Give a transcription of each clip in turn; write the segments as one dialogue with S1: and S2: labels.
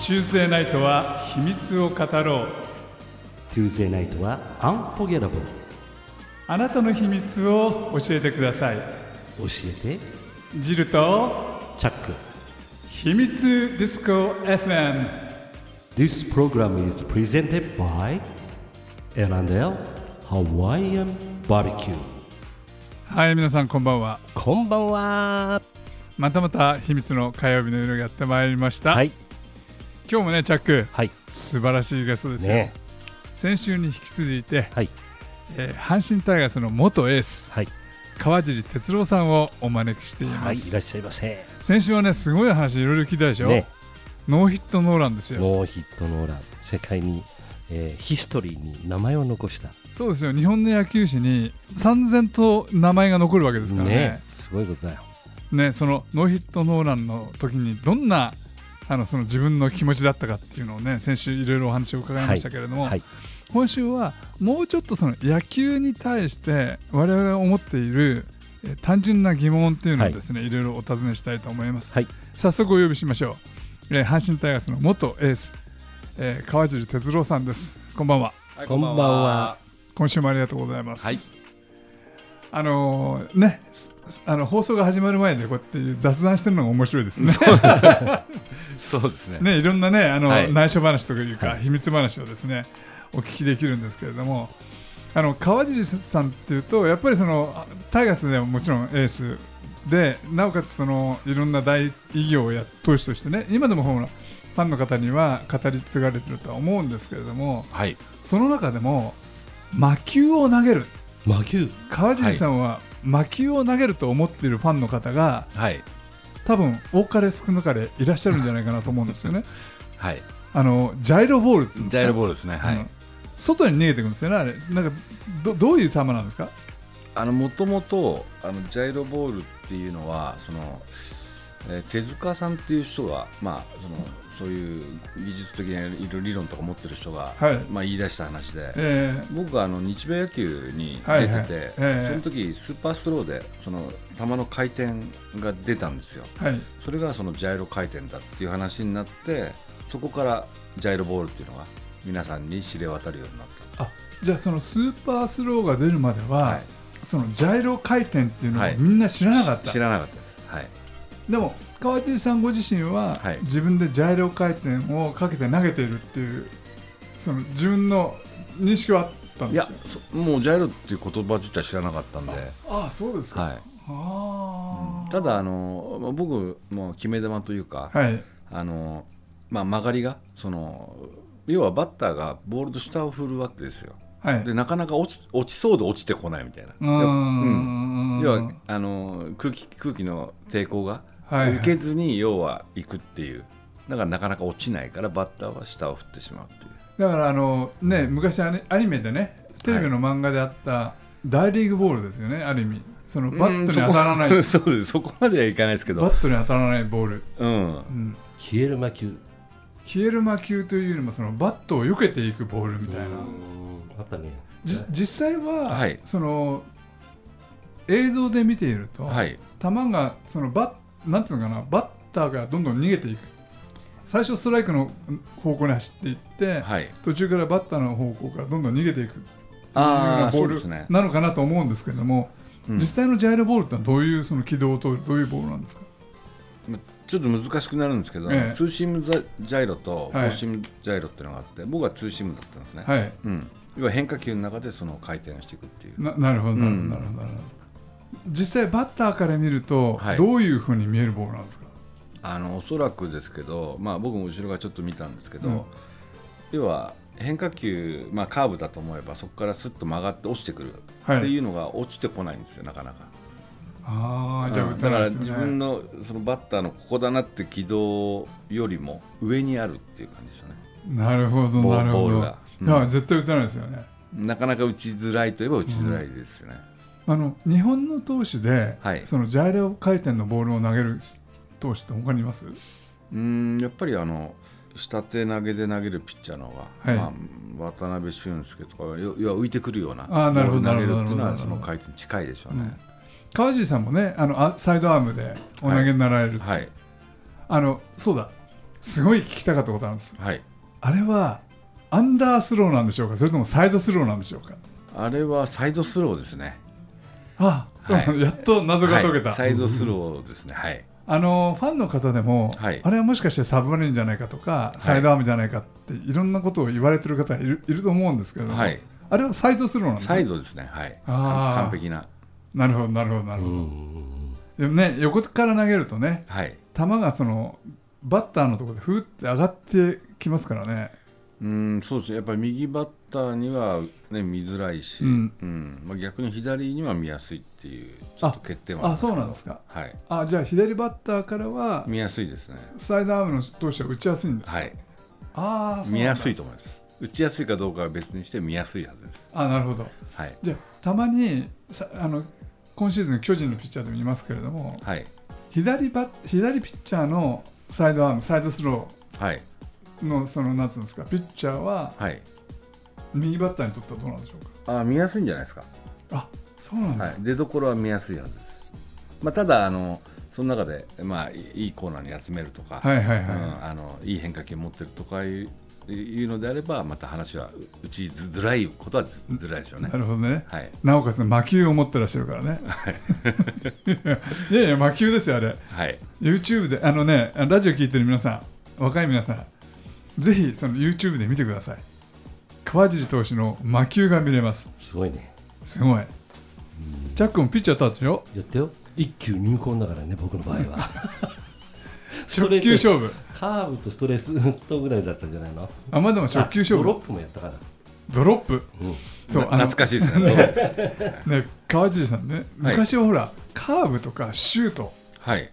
S1: チューズデーナイトは秘密を語ろう
S2: Tuesday night は Unforgettable
S1: あなたの秘密を教えてください
S2: 教えて
S1: ジルと
S2: チャック
S1: 秘密ディスコ FM
S2: This program is presented by L&L Hawaiian Barbecue
S1: はい皆さんこんばんは
S2: こんばんは
S1: またまた秘密の火曜日の夜がやってまいりました、
S2: はい
S1: 今日もねチャック
S2: はい
S1: 素晴らしいゲストですよ、
S2: ね
S1: 先週に引き続いて、
S2: はい
S1: えー阪神タイガースの元エース
S2: はい
S1: 川尻哲郎さんをお招きしてい
S2: は
S1: ま
S2: い
S1: す、
S2: いらっしゃいませ
S1: 先週はねすごい話いろいろ聞いたでしょ、
S2: ね
S1: ノーヒットノーランですよ
S2: ノーヒットノーラン世界に、えーヒストリーに名前を残した
S1: そうですよ日本の野球史に三千と名前が残るわけですからね
S2: すごいことだよ
S1: ねそのノーヒットノーランの時にどんなあのその自分の気持ちだったかっていうのをね先週いろいろお話を伺いましたけれども、
S2: はい
S1: 今週はもうちょっとその野球に対して我々が思っているえー単純な疑問っていうのをですね、い、ろいろお尋ねしたいと思います、
S2: はい
S1: 早速お呼びしましょう、えー阪神タイガースの元エース、えー川尻哲郎さんですこんばんは
S3: はい
S2: こんばんは。
S1: 今週もありがとうございます。
S3: はい
S1: あのーね、すあの放送が始まる前でこうやって雑談してるのが面白いですね。
S3: そうですね。
S1: ね、いろんなね、あの、
S3: はい
S1: 内緒話というか、秘密話をですね、お聞きできるんですけれども。あの川尻さんっていうと、やっぱりそのあタイガースでももちろんエースで、なおかつそのいろんな大偉業をや投手としてね、今でもほらファンの方には語り継がれてるとは思うんですけれども、
S3: はい。
S1: その中でも魔球を投げる
S2: 魔球
S1: 川尻さんは魔球を投げると思っているファンの方が
S3: はい。
S1: 多分多かれ少なかれいらっしゃるんじゃないかなと思うん ですよね。
S3: はい。
S1: あのジャイロボールっていうんです
S3: ジ
S1: か
S3: ャイロボールですね。は
S1: う
S3: い
S1: ん。外に逃げていくんですよねあれなんかどどういう球なんですか
S3: あの、もともと、あの、ジャイロボールっていうのは、その。えー手塚さんっていう人が、まあ、その、そういう技術的な理論とか持ってる人が。
S1: はい
S3: まあ、言い出した話で。
S1: え
S3: 僕はあの日米野球に
S1: はい
S3: 出てて、
S1: はいええ
S3: その時スーパースローでその球の回転が出たんですよ
S1: ーはい
S3: それがそのジャイロ回転だっていう話になってそこからジャイロボールっていうのが皆さんに知れ渡るようになった
S1: あじゃあそのスーパースローが出るまでは、
S3: はい
S1: そのジャイロ回転っていうのを
S3: はい
S1: みんな知らなかった、
S3: し知らなかったです。はい。
S1: でも川尻さんご自身は、
S3: はい
S1: 自分でジャイロ回転をかけて投げているっていうその自分の認識はあったん
S3: い
S1: で
S3: や
S1: すか、
S3: そもうジャイロっていう言葉自体知らなかったんで、
S1: ああそうですか、
S3: はい。
S1: ああ
S3: ただあのまあ僕もう決め球というか、
S1: はい
S3: あのまあ曲がりがその要はバッターがボールと下を振るわけですよ。
S1: はい
S3: でなかなか落ち落ちそうで落ちてこないみたいな。
S1: う
S3: やっぱうん
S1: ん
S3: 要はあの空気空気の抵抗が
S1: はいはい
S3: 受けずに要は行くっていう。だからなかなか落ちないからバッターは下を振ってしまうっていう。
S1: だからあのね昔アニアニメでねテレビの漫画であった大リーグボールですよねある意味そのバットに当たらない
S3: うん
S1: バ
S3: そ こそうですそこまではいかないですけど
S1: ットに当たらないボール、
S3: うん
S1: うん、
S2: 消える魔球
S1: 消える魔球というよりもそのバットを避けていくボールみたいな
S2: あったね
S1: じ実際は、
S3: はい
S1: その映像で見ていると、
S3: はい
S1: 球がそのバッなんていうのかなバッターがどんどん逃げていく最初ストライクの方向に走っていって、
S3: はい
S1: 途中からバッターの方向からどんどん逃げていく
S3: ああ
S1: ボ
S3: そ
S1: ー
S3: うですね
S1: ルなのかなと思うんですけれども、
S3: うん
S1: 実際のジャイロボールってのはどういうその軌道を通るどういうボールなんですか
S3: まちょっと難しくなるんですけど、
S1: ええ
S3: ツーシームザジャイロとフ
S1: はい
S3: ォーシームジャイロっていうのがあって、僕はツーシームだったんですね、
S1: はい
S3: うん、要は変化球の中でその回転をしていくっていう
S1: ななるほどなるほど、
S3: うん
S1: なるほどなるほど実際バッターから見ると
S3: はい
S1: どういうふうに見えるボールなんですか、
S3: あのおそらくですけど、まあ、僕も後ろがちょっと見たんですけど、
S1: うん
S3: 要は変化球、まあ、カーブだと思えばそこからスッと曲がって落ちてくる
S1: はい
S3: っていうのが落ちてこないんですよなかなか。
S1: ああじゃあ打
S3: うん
S1: っ
S3: だ
S1: た
S3: から
S1: ら
S3: 自分
S1: の
S3: のそのバッターのここだなって軌道よりも上にあるっていう感じですよね
S1: なるほど
S3: ボー
S1: なるほ
S3: ボー
S1: ど
S3: ルがうん
S1: いや絶対打たないですよね
S3: なかなか打ちづらいといえば打ちづらいですよね、
S1: あの日本の投手で、
S3: はい
S1: そのジャイロ回転のボールを投げる投手って他にいます
S3: うーんやっぱりあの下手投げで投げるピッチャーの方が、
S1: はい
S3: まあ、渡辺俊介とかは要要は浮いてくるような
S1: あーなるほど
S3: ボール投げるっていうの
S1: なる
S3: は
S1: ほど
S3: その回転近いでしょうね、
S1: 川尻さんもねあのあサイドアームでお投げになられる、
S3: はい
S1: あのそうだすごい聞きたかったことあるんです
S3: はい、
S1: あれはアンダースローなんでしょうかそれともサイドスローなんでしょうか
S3: あれはサイドスローですね。
S1: あそう、
S3: はい
S1: やっと謎が解けた、
S3: はいサイドスローですね。はい。
S1: あのファンの方でも、
S3: はい
S1: あれはもしかしてサブマリンじゃないかとか、
S3: い
S1: サイドアームじゃないかっていろんなことを言われてる方がいるいると思うんですけれども、
S3: はい
S1: あれはサイドスローなんです
S3: サ
S1: か
S3: イドですね。はい。
S1: あー
S3: 完璧な。
S1: なるほどなるほどなる
S2: う
S1: ほど、
S2: ん
S1: でもね横から投げるとね
S3: はい。
S1: 球がそのバッターのところでふーって上がってきますからね
S3: うん、そうですね。やっぱり右バッターにはね見づらいし、
S1: う
S3: うんん、まあ逆に左には見やすいっていうちょっと欠点
S1: あ
S3: はあります
S1: そ
S3: けど。
S1: うなんですか
S3: はい。
S1: あじゃあ左バッターからは
S3: 見やすいですね。
S1: サイドアームの投手は打ちやすいんですか、
S3: はい。
S1: ああ
S3: 見やすい
S1: と
S3: と思います。打ちやすいかどうかは別にして見やすいはずです。
S1: あなるほど
S3: はい。
S1: じゃあたまにさあの今シーズン巨人のピッチャーでもいますけれども
S3: はい。
S1: 左バッ左ピッチャーのサイドアームサイドスロ
S3: はい。
S1: ーのそのなんつうんですかピッチャーは
S3: はい。
S1: 右バッターにとってはどうなんでしょうか
S3: あー見やすいんじゃないですか。
S1: あそうなんだ、
S3: はい、出所は見やすいはずです。まあ、ただあの、その中で、まあ、いいコーナーに集めるとか、
S1: はい、はいはい
S3: いうん、あのいい変化球持ってるとかいういうのであれば、また話はう打ちづらいことはずずらいでしょうね
S1: な。るほどね
S3: はい、
S1: なおかつ魔球を持ってらっしゃるからね。 いやいや、魔球ですよ、あれ。
S3: はい、
S1: YouTube で、あのね、ラジオ聞いてる皆さん、若い皆さん、ぜひその YouTube で見てください。川尻投手の魔球が見れます。
S2: すごいね。
S1: すごい。チャックもピッチャーだったでしょ
S2: やってよ。一球入魂だからね、僕の場合 は。
S1: 直球
S2: 負。
S1: 勝負。
S2: カーブとストレートぐらいだったんじゃないの
S1: あ、まあでも直球勝
S2: あドロッ
S1: 負。
S2: プもやったから。
S1: ドロップ。
S2: うん
S1: そう、あの
S3: 懐、かしいですね。
S1: ね、川尻さんね、
S3: はい
S1: 昔はほら、カーブとかシュート、
S3: はい、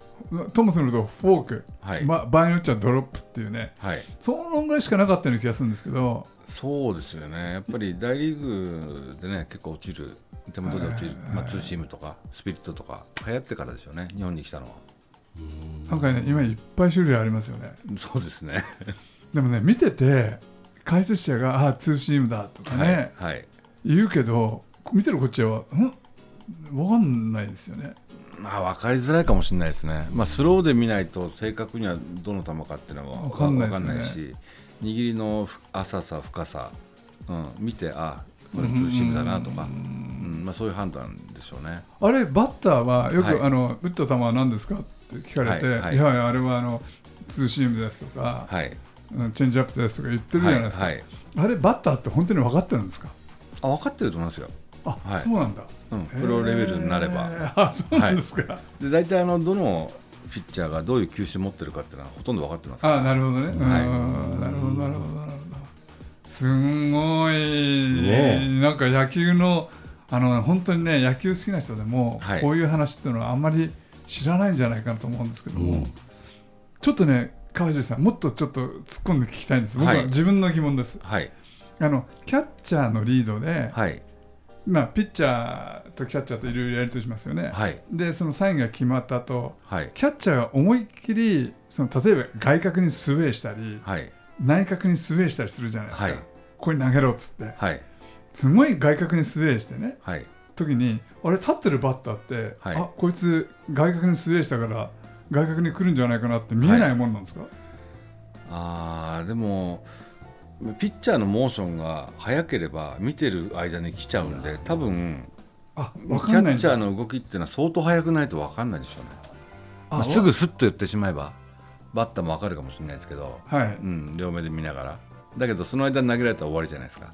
S1: ともするとフォーク、
S3: はい
S1: ま、場合によっちゃドロップっていうね、
S3: はい、
S1: そのぐらいしかなかったような気がするんですけど、
S3: そうですよね。やっぱり大リーグでね、結構落ちる。手元で落ちる、まあ、ツーシームとかスピリットとか流行ってからでしょうね、日本に来たのは。
S1: なんかね、今いっぱい種類ありますよね。
S3: そうですね。
S1: でもね、見てて、解説者が、ああ、ツーシームだとかね、
S3: はい、はい
S1: 言うけど、見てるこっちは、んわかんないですよね。
S3: まあ、分かりづらいかもしれないですね、まあ、スローで見ないと正確にはどの球かっていうのは
S1: わかんないで
S3: わ
S1: すね
S3: し握りのふ浅さ深さ、うん、見てあこれツーシームだなとか、うんまあ、そういう判断でしょうね
S1: あれ、バッターは、よく、
S3: はい
S1: あの打った球は何ですかって聞かれて、
S3: はい
S1: い
S3: は
S1: や
S3: い
S1: いや、あれはあのツーシームですとか、
S3: はい
S1: うんチェンジアップですとか言ってるじゃないですか、
S3: はいはい
S1: あれ、バッターって本当に分かってるんですか
S3: あ分かってると思いますよ、
S1: あ、
S3: はい
S1: そうなんだ。
S3: うん、プロレベルになれ
S1: へ
S3: ば、
S1: ーあそうなんですか、
S3: で大体あのどのピッチャーがどういう球種持ってるかっていうのはほとんど分かってますから
S1: あなるほどね、
S3: はい
S1: うんなるほどなるほどなるほどすんごい、
S2: ねえ
S1: なんか野球のあの本当にね野球好きな人でも、
S3: はい
S1: こういう話っていうのはあんまり知らないんじゃないかなと思うんですけども、
S2: うん
S1: ちょっとね川尻さんもっとちょっと突っ込んで聞きたいんです僕
S3: は
S1: はい自分の疑問です、
S3: はい
S1: あのキャッチャーのリードで、
S3: はい
S1: まあ、ピッチャーとキャッチャーといろいろやり取りしますよね、
S3: はい
S1: でそのサインが決まった後
S3: はい
S1: キャッチャーが思いっきりその例えば外角にスウェーしたり
S3: はい
S1: 内角にスウェーしたりするじゃないですか、
S3: はい
S1: これ投げろっつって
S3: はい
S1: すごい外角にスウェーしてね
S3: はい
S1: 時にあれ立ってるバッターって、
S3: はい
S1: あこいつ外角にスウェーしたから外角に来るんじゃないかなって見えないもんなんですか、
S3: あーでもピッチャーのモーションが速ければ見てる間に来ちゃうんで多分
S1: あ
S3: キ
S1: 分
S3: ャ
S1: かんない
S3: ッ
S1: ん
S3: チャー
S1: だ
S3: の動きっていうのは相当速くないと分かんないでしょうね、ま
S1: あ
S3: あすぐスッと言ってしまえばバッターも分かるかもしれないですけど、
S1: はい
S3: うん、両目で見ながらだけどその間に投げられたら終わりじゃないですか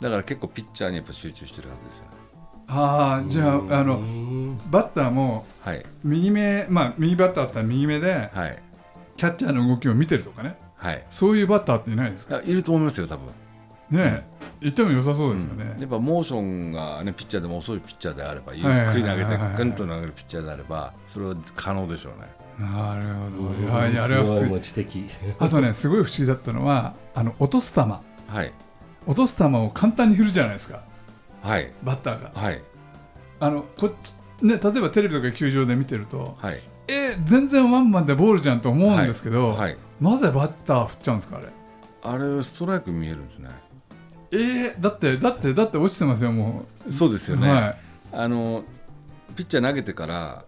S3: だから結構ピッチャーにやっぱ集中してるはずですよね
S1: ああじゃああ
S2: う
S1: の
S2: ん
S1: バッターも
S3: はい
S1: 右目まあ右バッターだったら右目で
S3: はい
S1: キャッチャーの動きを見てるとかね
S3: はい
S1: そういうバッターっていないですか
S3: あいると思いますよ多分
S1: ねえ言っても良さそうですよね、
S3: やっぱモーションが、ね、ピッチャーでも遅いピッチャーであればゆっ
S1: はい
S3: くり投
S1: はい
S3: げて
S1: はいはい
S3: ぐんと投げるピッチャーであればそれは可能でしょうね。
S1: なるほど。いやいやあれは
S2: す
S1: す
S2: ご
S1: ご
S2: い
S1: い
S2: 知的。
S1: あとね、すごい不思議だったのは、あの落とす球、落
S3: はい
S1: とす球を簡単に振るじゃないですか、
S3: はい
S1: バッターが。
S3: はい
S1: あのこっちね、例えばテレビとか球場で見てると、
S3: はい
S1: えー全然ワンマンでボールじゃんと思うんですけど、
S3: はい
S1: なぜバッター振っちゃうんですか、あれ。
S3: あれストライク見えるんですね。
S1: えー、だって、だって、だって落ちてますよ、も
S3: そうです
S1: う。
S3: よね。
S1: はい
S3: あのピッチャー投げてから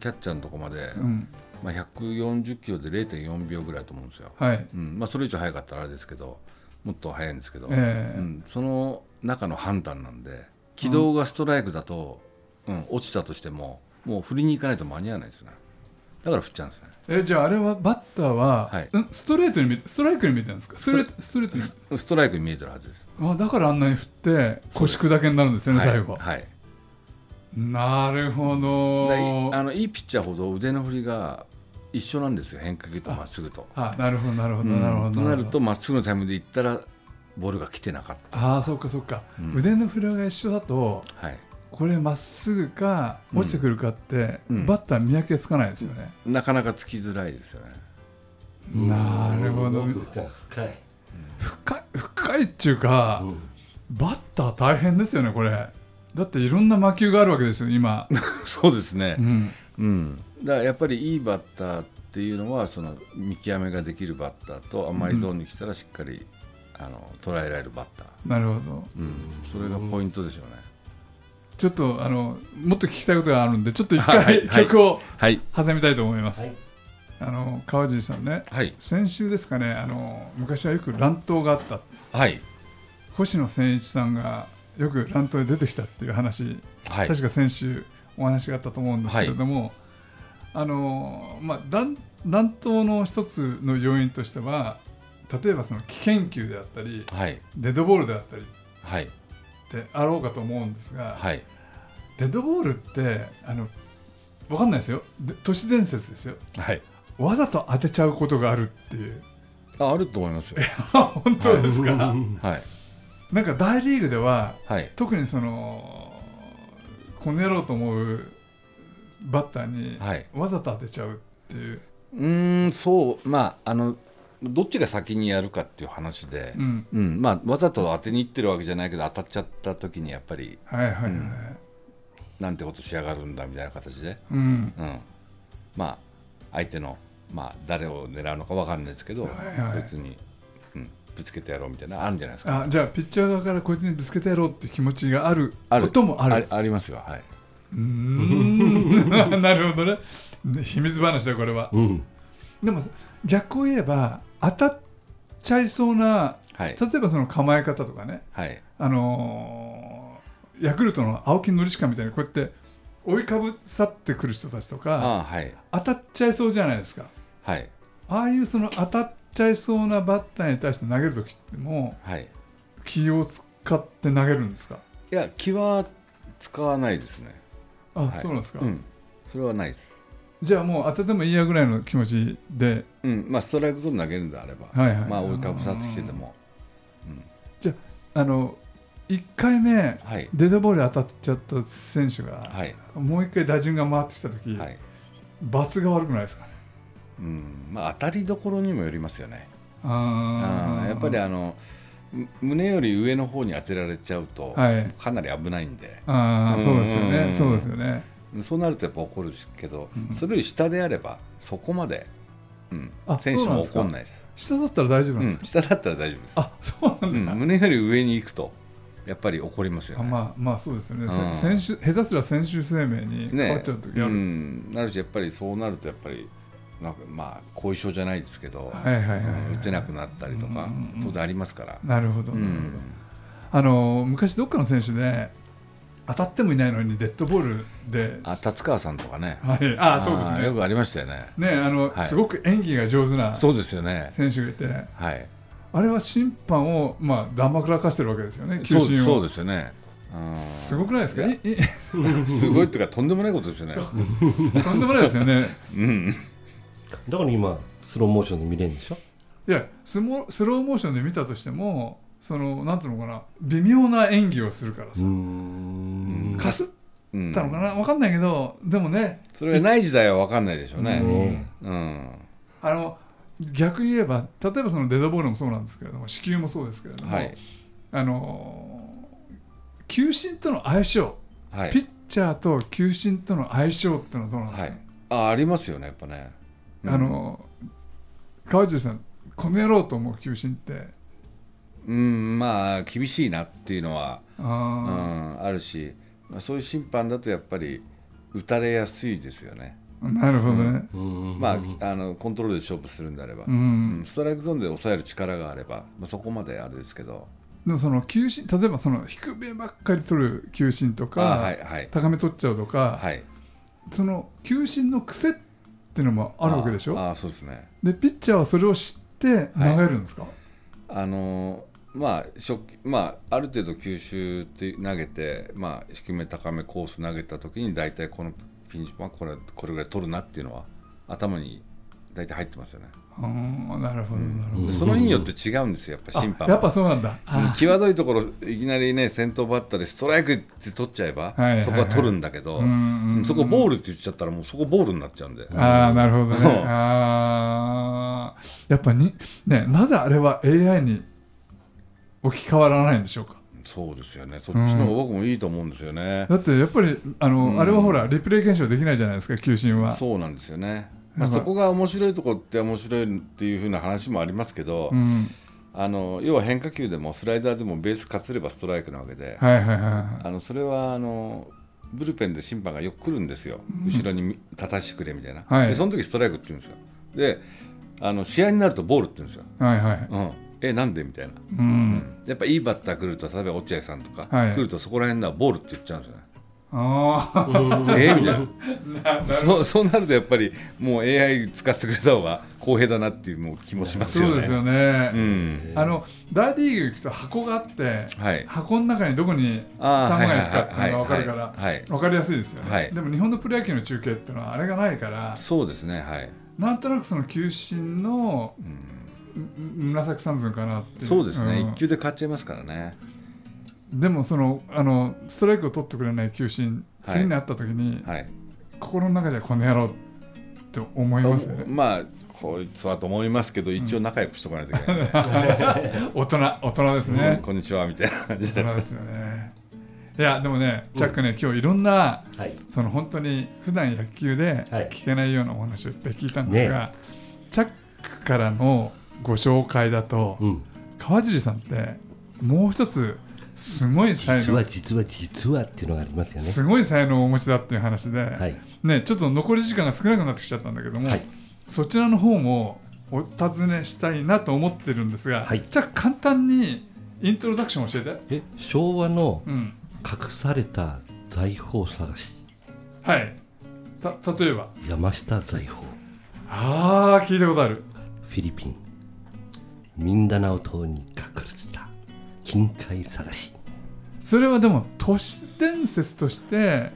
S3: キャッチャーのとこまで
S1: うん、
S3: まあ、140キロで0.4秒ぐらいだと思うんですよ、
S1: はい。
S3: うんまあ、それ以上速かったらあれですけどもっと速いんですけど、
S1: ええ
S3: うん、その中の判断なんで軌道がストライクだと、うん、落ちたとしてももう振りに行かないと間に合わないですよねだから振っちゃうんですね
S1: えじゃああれはバッターは、
S3: はい
S1: んストレートに見えストライクに見えたんですかストレートストレートに
S3: ストライクに見えてるはずです
S1: あだからあんなに振って腰砕けになるんですよね
S3: はい
S1: 最後、
S3: はい
S1: なるほど
S3: だいあのいいピッチャーほど腕の振りが一緒なんですよ変化球とまっすぐと。
S1: あなるほどなるほど
S3: うん
S1: なるほど
S3: となると
S1: る
S3: まっすぐのタイムでいったらボールが来てなかっ
S1: ほどああそうかそうか、
S3: うん
S1: 腕の振りが一緒だと
S3: た、はい、
S1: これまっすぐか
S3: うん
S1: 落ちてくるかって、
S3: うん
S1: バッター見分けつかないですよね、
S3: なかなかつきづらいですよ ね。
S1: なるほど
S2: 深い深い
S1: 深い深いっていうか、
S2: うん
S1: バッター大変ですよねこれだっていろんな魔球があるわけですよ 今、
S3: そうですね
S1: う、ん、
S3: うん、だからやっぱりいいバッターっていうのはその見極めができるバッターと甘いゾーンに来たらしっかり、あの捉えられるバッター、
S1: なるほど
S3: うん、それがポイントでしょうね。
S1: ちょっとあのもっと聞きたいことがあるんでちょっと一
S3: は
S1: 回
S3: いはい
S1: 曲を
S3: はい、
S1: 挟みたいと思います、
S2: はい
S1: あの川尻さんね
S3: はい、
S1: 先週ですかねあの昔はよく乱闘があった
S3: はい、
S1: 星野千一さんがよく乱闘で出てきたっていう話、
S3: はい、
S1: 確か先週お話があったと思うんですけれども、あのまあ乱乱闘の一つの要因としては例えばその危険球であったり
S3: はい、
S1: デッドボールであったり
S3: はい、
S1: ってあろうかと思うんですが、
S3: はい、
S1: デッドボールってあのわかんないですよで都市伝説ですよ
S3: はい、
S1: わざと当てちゃうことがあるっていう
S3: ああると思いますよ。
S1: 本当ですか、
S2: うん
S3: はい、
S1: なんか大リーグでは
S3: はい、
S1: 特にそのこねろうと思うバッターに
S3: はい。
S1: わざと当てちゃうっていう、
S3: うーん、そう、まあ、あの、どっちが先にやるかっていう話で、
S1: うん、
S3: うん、まあ、わざと当てにいってるわけじゃないけど、当たっちゃった時に、やっぱり、
S1: はいはいはい、
S3: なんてことしやがるんだみたいな形で、
S1: うん
S3: うん、まあ、相手の、まあ、誰を狙うのかわかんないですけど、
S1: はいはい
S3: そいつに、うん、ぶつけてやろうみたいな、あるんじゃないですか。
S1: あじゃあピッチャー側からこいつにぶつけてやろうっていう気持ちがある
S3: ある
S1: こともある
S3: あありますよ、はい。
S1: うーん なるほどねね秘密話だよこれは
S2: うん
S1: でも逆を言えば当たっちゃいそうな
S3: はい。
S1: 例えばその構え方とかね
S3: はい。
S1: あのーヤクルトの青木宣親みたいにこうやって追いかぶさってくる人たちとか
S3: あはい。
S1: 当たっちゃいそうじゃないですか
S3: はい。
S1: ああいうその当たっちゃいそうなバッターに対して投げるときっても
S3: はい。
S1: う気を使って投げるんですか
S3: いや、気は使わないですね。
S1: あ、
S3: はい
S1: そうなんですか、
S3: うん。それはないです。
S1: じゃあもう当ててもいいやぐらいの気持ちで
S3: うん、まあストライクゾーン投げるんであれば、
S1: はいはい
S3: まあ追いかぶさってきてても、うん、
S1: あの1回目
S3: はい、
S1: デッドボール当たっちゃった選手が、
S3: はい、
S1: もう一回打順が回ってきた時、
S3: はい、
S1: 罰が悪くないですかね
S3: うん、まあ当たりどころにもよりますよね。
S1: あ
S3: あ
S1: ー
S3: ーやっぱりあのむ胸より上の方に当てられちゃうと、
S1: はい
S3: かなり危ないんで、
S1: あーそうですよ
S3: う
S1: ね
S3: ん
S1: そうですよね
S3: そうなるとやっぱ怒るけど、
S1: うん
S3: それより下であればそこまで、うん
S1: あ、
S3: 選手も
S1: そうな
S3: 怒
S1: んん
S3: ないです。
S1: 下だったら大丈夫
S3: う
S1: なんで
S3: ん
S1: す、か、
S3: 下だったら大丈夫です。
S1: あそう
S3: う
S1: なん
S3: ん
S1: だ、、
S3: 胸より上に行くとやっぱり怒りますよ
S1: あ
S3: ね。
S1: まあまあそうですよね、
S3: うん
S1: 選手下手すら選手生命に変わっちゃう時あ
S3: う
S1: る、
S3: ん、なるしやっぱりそうなるとやっぱりなんかまあ後遺症じゃないですけど、
S1: はいはいはいはい、
S3: 打てなくなったりとか、
S1: うん
S3: 当然ありますから、
S1: なるほど、
S3: う
S1: なるほど
S3: ん、
S1: あの昔どっかの選手で当たってもいないのにデッドボールで
S3: あ達川さんとかね
S1: はい、あそうです
S3: ーよ
S1: ね
S3: くありましたよね
S1: ねあの、
S3: はい
S1: すごく演技が上手な
S3: そうですよね
S1: 選手がいて
S3: はい
S1: あれは審判を、まあ、弾幕らかしてるわけですよね
S3: そ
S1: 球
S3: う
S1: 審を
S3: そうですよね、うん、
S1: すごくないですか
S3: いや
S1: いい
S3: すごいというかとんでもないことですよね、
S1: とんでもないですよね
S3: うん、
S2: だから今スローモーションで見れるんでしょ
S1: いやスモスローモーションで見たとしてもそのなんていうのかな微妙な演技をするからさ、
S2: ん
S1: かすっ
S3: うん
S1: たのかなわかんないけどでもね
S3: それがない時代は分かんないでしょうね
S2: ね
S3: うん、
S1: あの逆に言えば例えばそのデッドボールもそうなんですけれども死球もそうですけれども、
S3: はい
S1: あのー球審との相性、
S3: はい
S1: ピッチャーと球審との相性ってのはどうなんです
S3: は
S1: か、
S3: いあありますよねやっぱね、うん
S1: あのー川尻さんこの野郎と思う球審って
S3: うんまあ厳しいなっていうのはう
S1: あ
S3: ん、あるし、まあ、そういう審判だとやっぱり打たれやすいですよね。
S1: ー、なるほどね。
S2: うん
S3: まあ、あのコントロールで勝負するんであれば、
S1: う
S3: うん
S1: ん。
S3: ストライクゾーンで抑える力があれば、まあ、そこまであれですけど、
S1: でもその球審例えばその低めばっかり取る球審と
S3: あは
S1: か
S3: い、はい、
S1: 高め取っちゃうとか、
S3: はい、
S1: その球審の癖っていうのもあるわけでしょ。
S3: ああそうですね。
S1: でピッチャーはそれを知って投げるんですか。
S3: あのーまあ初球まあ、ある程度吸収って投げて、まあ、低め高めコース投げた時に大体このピンチはこれこれぐらい取るなっていうのは頭に大体入ってますよね、
S1: うんなるほどなるほ
S2: う
S1: ど。
S2: ん
S3: でその日によって違うんですよやっぱ
S1: あ
S3: 審判
S1: やっぱ
S3: は
S1: そうなんだ。
S3: うん
S1: あ
S3: 際どいところいきなりね先頭バッターでストライクって取っちゃえば、
S1: はいはいはい
S3: そこは取るんだけど、
S1: うんうん
S3: そこボールって言っちゃったらもうそこボールになっちゃうんで、
S1: ああなるほど
S3: うん
S1: ね。ああやっぱにねなぜあれは AI に置き換わらないんでしょうか。
S3: そうですよねそっちの方が僕もいいと思うんですよね、
S1: だってやっぱりあの、
S3: うん
S1: あれはほらリプレイ検証できないじゃないですか球審は。
S3: そうなんですよね、
S1: な
S3: まあ、
S1: んか
S3: そこが面白いとこって面白いっていう風な話もありますけど、
S1: うん、
S3: あの要は変化球でもスライダーでもベースかつればストライクなわけで、
S1: はいはいはいは
S3: あのそれはあのブルペンで審判がよく来るんですよ、後ろにみ立たしてくれみたいな、
S1: はい
S3: でその時ストライクって言うんですよであの試合になるとボールって言うんですよ、
S1: い。はいはい。
S3: うん、えなんでみたいな、
S1: う。
S3: うんんやっぱいいバッター来ると例えば落合さんとか、
S1: はい
S3: 来るとそこら辺ではボールって言っちゃうんですよね
S1: あ
S3: えみたいな
S1: あ。
S3: そうそうなるとやっぱりもう AI 使ってくれた方が公平だなっていうもう気もしますよ
S1: そ
S3: ね。
S1: うですよ
S3: う
S1: ね。
S3: ん、
S1: あの大リーグ行くと箱があって、
S3: はい。
S1: 箱の中にどこに
S3: あー
S1: 単がいるかっていうのが分かるから、
S3: はいはいはいはい
S1: 分かりやすいですよね、
S3: はい
S1: でも日本のプロ野球の中継っていうのはあれがないから
S3: そうですね。はい。
S1: なんとなくその球審の
S3: うん
S1: む紫三寸かなってい
S3: そうですね。一、
S1: ん
S3: 球で勝っちゃいますからね。
S1: でもそのあのストライクを取ってくれない球審
S3: はい
S1: 次に会った時に、
S3: はい。
S1: 心の中ではこの野郎って思いますよね
S3: まあこいつはと思いますけど一応仲良くしとかないといけな いね、
S1: 大人大人です
S3: うん
S1: ね
S3: こんにちはみたいな感
S1: 大
S3: じで。
S1: 人ですよねいやでもねチャックね、今日いろんな
S2: はい
S1: その本当に普段野球で
S2: はい
S1: 聞けないようなお話をいっぱい聞いたんですが、チャックからのご紹介だと、
S2: うん
S1: 川尻さんってもう一つすごい才
S2: 実は
S1: 能
S2: 実は実はっていうのがありますよね
S1: すごい才能をお持ちだっていう話で、
S2: はい
S1: ね、ちょっと残り時間が少なくなってきちゃったんだけども、
S2: はい
S1: そちらの方もお尋ねしたいなと思ってるんですが、
S2: はい
S1: じゃあ簡単にイントロダクション教えて。
S2: え昭和の
S1: うん、
S2: 隠された財宝探し
S1: はいた例えば
S2: 山下財宝
S1: ああ聞いたことある
S2: フィリピンミンダナオ島に隠した金塊探し
S1: それはでも都市伝説として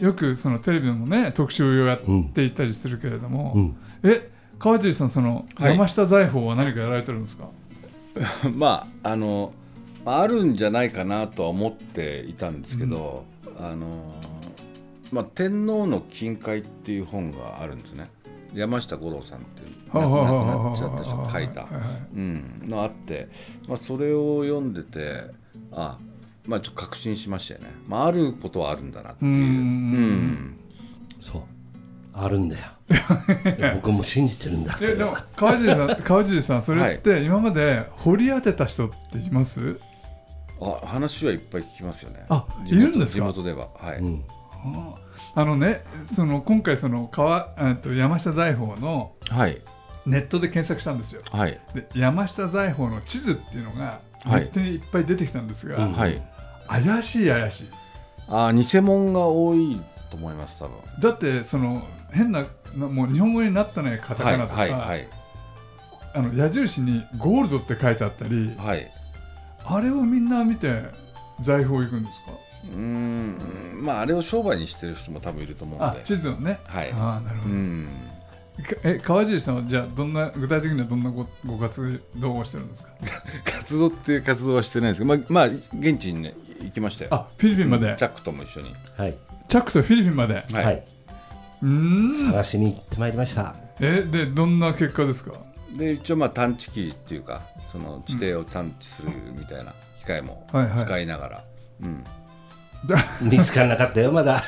S1: よくそのテレビでもね特集をやっていたりするけれども、
S2: うん
S1: え川尻さんその
S3: はい
S1: 山下財宝は何かやられてるんですか、
S3: まああのまああるんじゃないかなとは思っていたんですけど、あのまあ天皇の金塊っていう本があるんですね。山下五郎さんっていう亡くななっちゃった人が書いた
S1: は、いはい
S3: うん、のあって、まあ、それを読んでてあまあちょっと確信しましたよね、まあ、あることはあるんだなっていう
S1: う
S3: うんん、
S2: そうあるん だよで僕も信じてるんだそ
S1: え
S2: れ
S1: でも
S2: は
S1: 川尻さん川尻さんそれって今まで掘り当てた人っています、
S3: あ話はいっぱい聞きますよね
S1: あ
S3: 地元
S1: いるんですか
S3: 地元でははい、
S2: うん
S1: ああのねその今回その川えっと山下財宝の
S3: はい
S1: ネットで検索したんですよ
S3: はい
S1: で山下財宝の地図っていうのがネ
S3: はい
S1: ットにいっぱい出てきたんですが、
S2: うん
S3: はい
S1: 怪しい怪しい
S3: あ偽物が多いと思います多分
S1: だってその変ななもう日本語になったねカタ
S3: は
S1: カ
S3: い
S1: ナとか、
S3: はいはい
S1: あの矢印にゴールドって書いてあったり
S3: はい
S1: あれをみんな見て財宝行くんですか
S3: うーんまああれを商売にしてる人も多分いると思うん
S1: あ
S3: で
S1: 地図のね
S3: はい
S1: ああなるほ
S3: う
S1: ど、
S3: ん
S1: かえ川尻さんはじゃあどんな具体的にはどんなごご活動をしてるんですか
S3: 活動って活動はしてないんですけどまあ、まあ、現地にね行きましたよ
S1: あフィリピンまで、
S3: チャックとも一緒に
S2: はい
S1: チャックとフィリピンまで、
S2: はい、
S3: はい、
S1: うーん
S2: 探しに行ってまいりました
S1: えでどんな結果です か
S3: で一応まあ探知機っていうかその地底を探知するみたいな機械も
S1: はいはい
S3: 使いながら、うん
S2: 見つからなかったよ まだ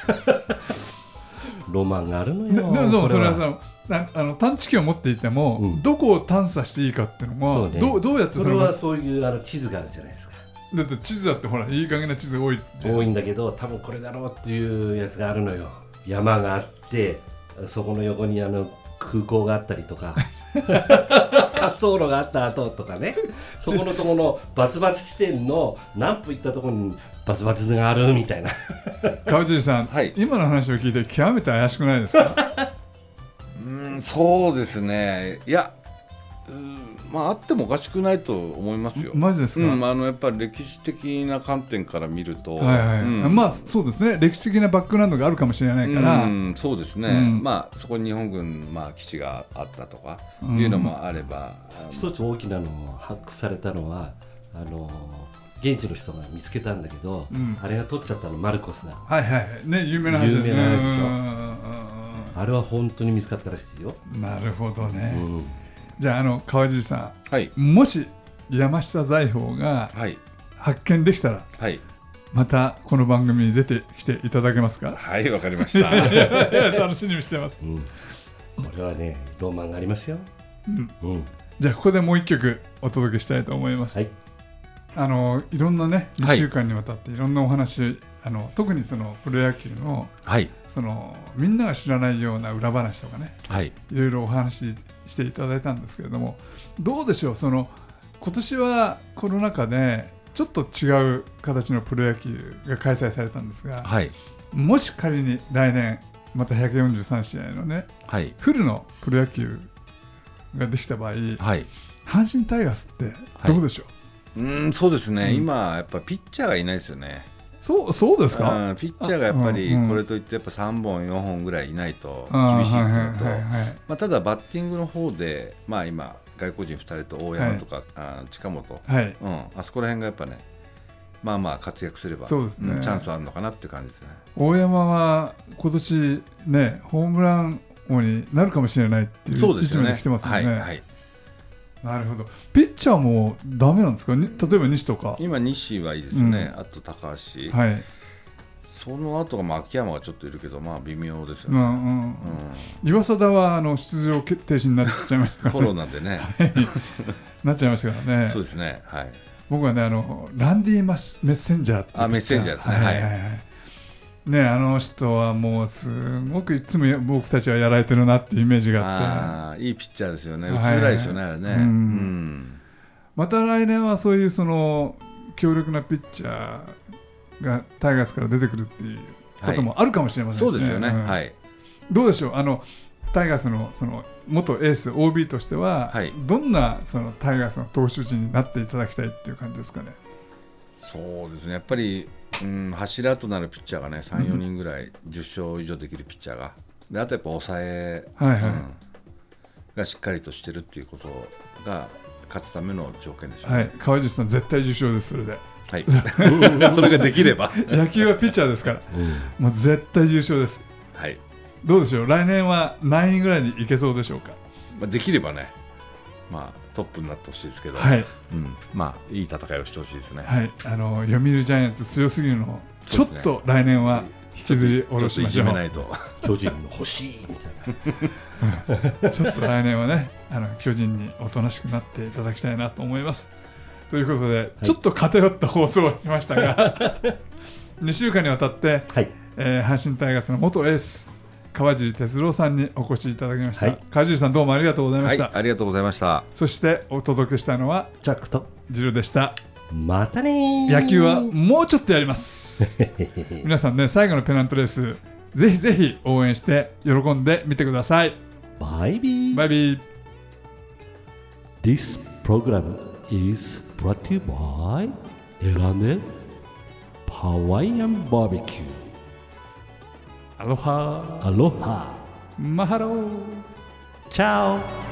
S2: ロマンがあるのよ
S1: ででもでもそれは
S2: こ
S1: さなあの探知機を持っていても、
S2: うん
S1: どこを探査していいかっていうの
S2: そ
S1: は
S2: うね
S1: どうどうやってそ
S2: それ
S1: れ
S2: は
S1: が
S2: そういうあの地図があるじゃないですか
S1: だって地図だってほらいい加減な地図が多いって
S2: 多いんだけど多分これだろうっていうやつがあるのよ山があってそこの横にあの空港があったりとか滑走路があった後とかねそこのとこのバツバツ地点の何歩行ったところにバツバツがあるみたいな
S1: 川尻さん、
S3: はい
S1: 今の話を聞いて極めて怪しくないですか
S3: うんそうですねいやうんまああってもおかしくないと思いますよ。
S1: マジですか、
S3: うん、あのやっぱり歴史的な観点から見ると、
S1: はいはい、
S3: うん
S1: まあそうですね歴史的なバックグラウンドがあるかもしれないから、
S3: うん、そうですね、
S1: うん
S3: まあそこに日本軍、まあ、基地があったとか
S1: うん
S3: いうのもあれば、あの
S2: 一つ大きなのを発掘されたのはあの現地の人が見つけたんだけど、
S1: うん
S2: あれが取っちゃったのマルコスが
S1: はいはいはいね有名な話ですね
S2: 有名な話でしょ
S1: うんうんうん
S2: あれは本当に見つかったらしいよ、
S1: うんなるほど
S2: う
S1: ね、
S2: ん、
S1: じゃああの川尻さ
S3: はい
S1: んもし山下財宝が
S3: はい
S1: 発見できたら
S3: はい
S1: またこの番組に出てきていただけますか
S3: はいわかりま した
S1: 楽しみにしてます
S2: うん、これはねロマンがありますよ、
S1: ん
S2: うん、
S1: じゃあここでもう一曲お届けしたいと思います、
S2: はい
S1: あのいろんなね2
S3: はい
S1: 週間にわたっていろんなお話、あの特にそのプロ野球の
S3: はい
S1: そのみんなが知らないような裏話とかね
S3: はい
S1: いろいろお話ししていただいたんですけれどもどうでしょうその今年はコロナ禍でちょっと違う形のプロ野球が開催されたんですが
S3: はい
S1: もし仮に来年また143試合のね
S3: はい
S1: フルのプロ野球ができた場合
S3: はい
S1: 阪神タイガースってどうでしょう、
S3: うんそうですね、
S1: うん
S3: 今やっぱピッチャーがいないですよね
S1: そうそうですか、
S3: うんピッチャーがやっぱり
S1: あうん
S3: これといってやっぱ3本4本ぐらいいないと
S1: あー
S3: 厳しいっていうのと、
S1: はいはいはいはい
S3: まあ、ただバッティングの方で、まあ、今外国人2人と大山とか、あー近本、
S1: はい
S3: うん、あそこら辺がやっぱねまあまあ活躍すれば
S1: そうですね
S3: んチャンスあるのかなって感じですね。
S1: 大山は今年ねホームラン王になるかもしれないっていう
S3: そうですよ
S1: 位置ま
S3: ね。
S1: で来てますもんね、
S3: はいはい、
S1: なるほどピッチャーもダメなんですかに例えば西とか
S3: 今西はいいですね、あと高橋、
S1: はい、
S3: その後がまあ秋山がちょっといるけどまあ微妙ですよ
S1: う
S3: ね。
S1: んうん
S3: うん
S1: 岩貞はあの出場決定になっちゃいましたか
S3: コ
S1: ら、
S3: ロ
S1: ね、
S3: ナ でね、
S1: なっちゃいましたからね
S3: そうですね、はい、
S1: 僕はねあのランディマスメッセンジャーっていう
S3: あメッセンジャーですね
S1: はいはいはい、ねあの人はもうすごくいつも僕たちはやられてるなっていうイメージがあって
S3: あーいいピッチャーですよね、打ちづらいですよね、あれね、
S1: はいはい
S3: うん
S1: また来年はそういうその強力なピッチャーがタイガースから出てくるっていうこともあるかもしれません
S3: そう
S1: しね、
S3: ですよね、
S1: ん
S3: はい、
S1: どうでしょうあのタイガースのその元エース OB としては、
S3: はい
S1: どんなそのタイガースの投手陣になっていただきたいっていう感じですかね。
S3: そうですね、やっぱり、うん、柱となるピッチャーがね、3、4人ぐらい、10勝以上できるピッチャーが、であとやっぱ抑え、
S1: はいはい
S3: うんがしっかりとしてるっていうことが、勝つための条件でしょう
S1: は
S3: ね。
S1: い、川尻さん絶対受賞ですそれ で。
S3: はい、 それができれば、
S1: 野球はピッチャーですから、
S2: う
S1: もう絶対優勝です。
S3: はい
S1: どうでしょう、来年は何位ぐらいにいけそうでしょうか。
S3: まあ、できればね、まあ、トップになってほしいですけど、
S1: はい、
S3: うんまあ、いい戦いをしてほしいですね。
S1: はい、あの読売ジャイアンツ強すぎるのを、ち
S3: そ
S1: ょ
S3: う
S1: っ
S3: ですね
S1: と来年は引きずり下ろし
S3: ちょ
S1: ま
S3: っとい
S1: し
S3: じ
S1: ょう。
S3: めないと、
S2: ん巨人の欲しいみたいな
S1: ちょっと来年はね、あの巨人におとなしくなっていただきたいなと思います。ということで、ちょっと偏った放送をしましたが、2週間にわたって、
S2: はい
S1: えー阪神タイガースの元エース、川尻哲郎さんにお越しいただきました。
S2: はい
S1: 川尻さん、どうもありがとうございま
S3: は
S1: した。
S3: い、ありがとうございました。
S1: そして、お届けしたのは、
S2: ジャックと
S1: ジルでした。
S2: またねー
S1: 野球はもうちょっとやります。皆さんね、最後のペナントレース、ぜひぜひ応援して、喜んでみてください。
S2: バイビー
S1: バイビー。
S2: This program is brought to you by エラネハワイアンバーベキュ
S1: アロハ
S2: ーアロハ
S1: マハロー。
S2: チャオ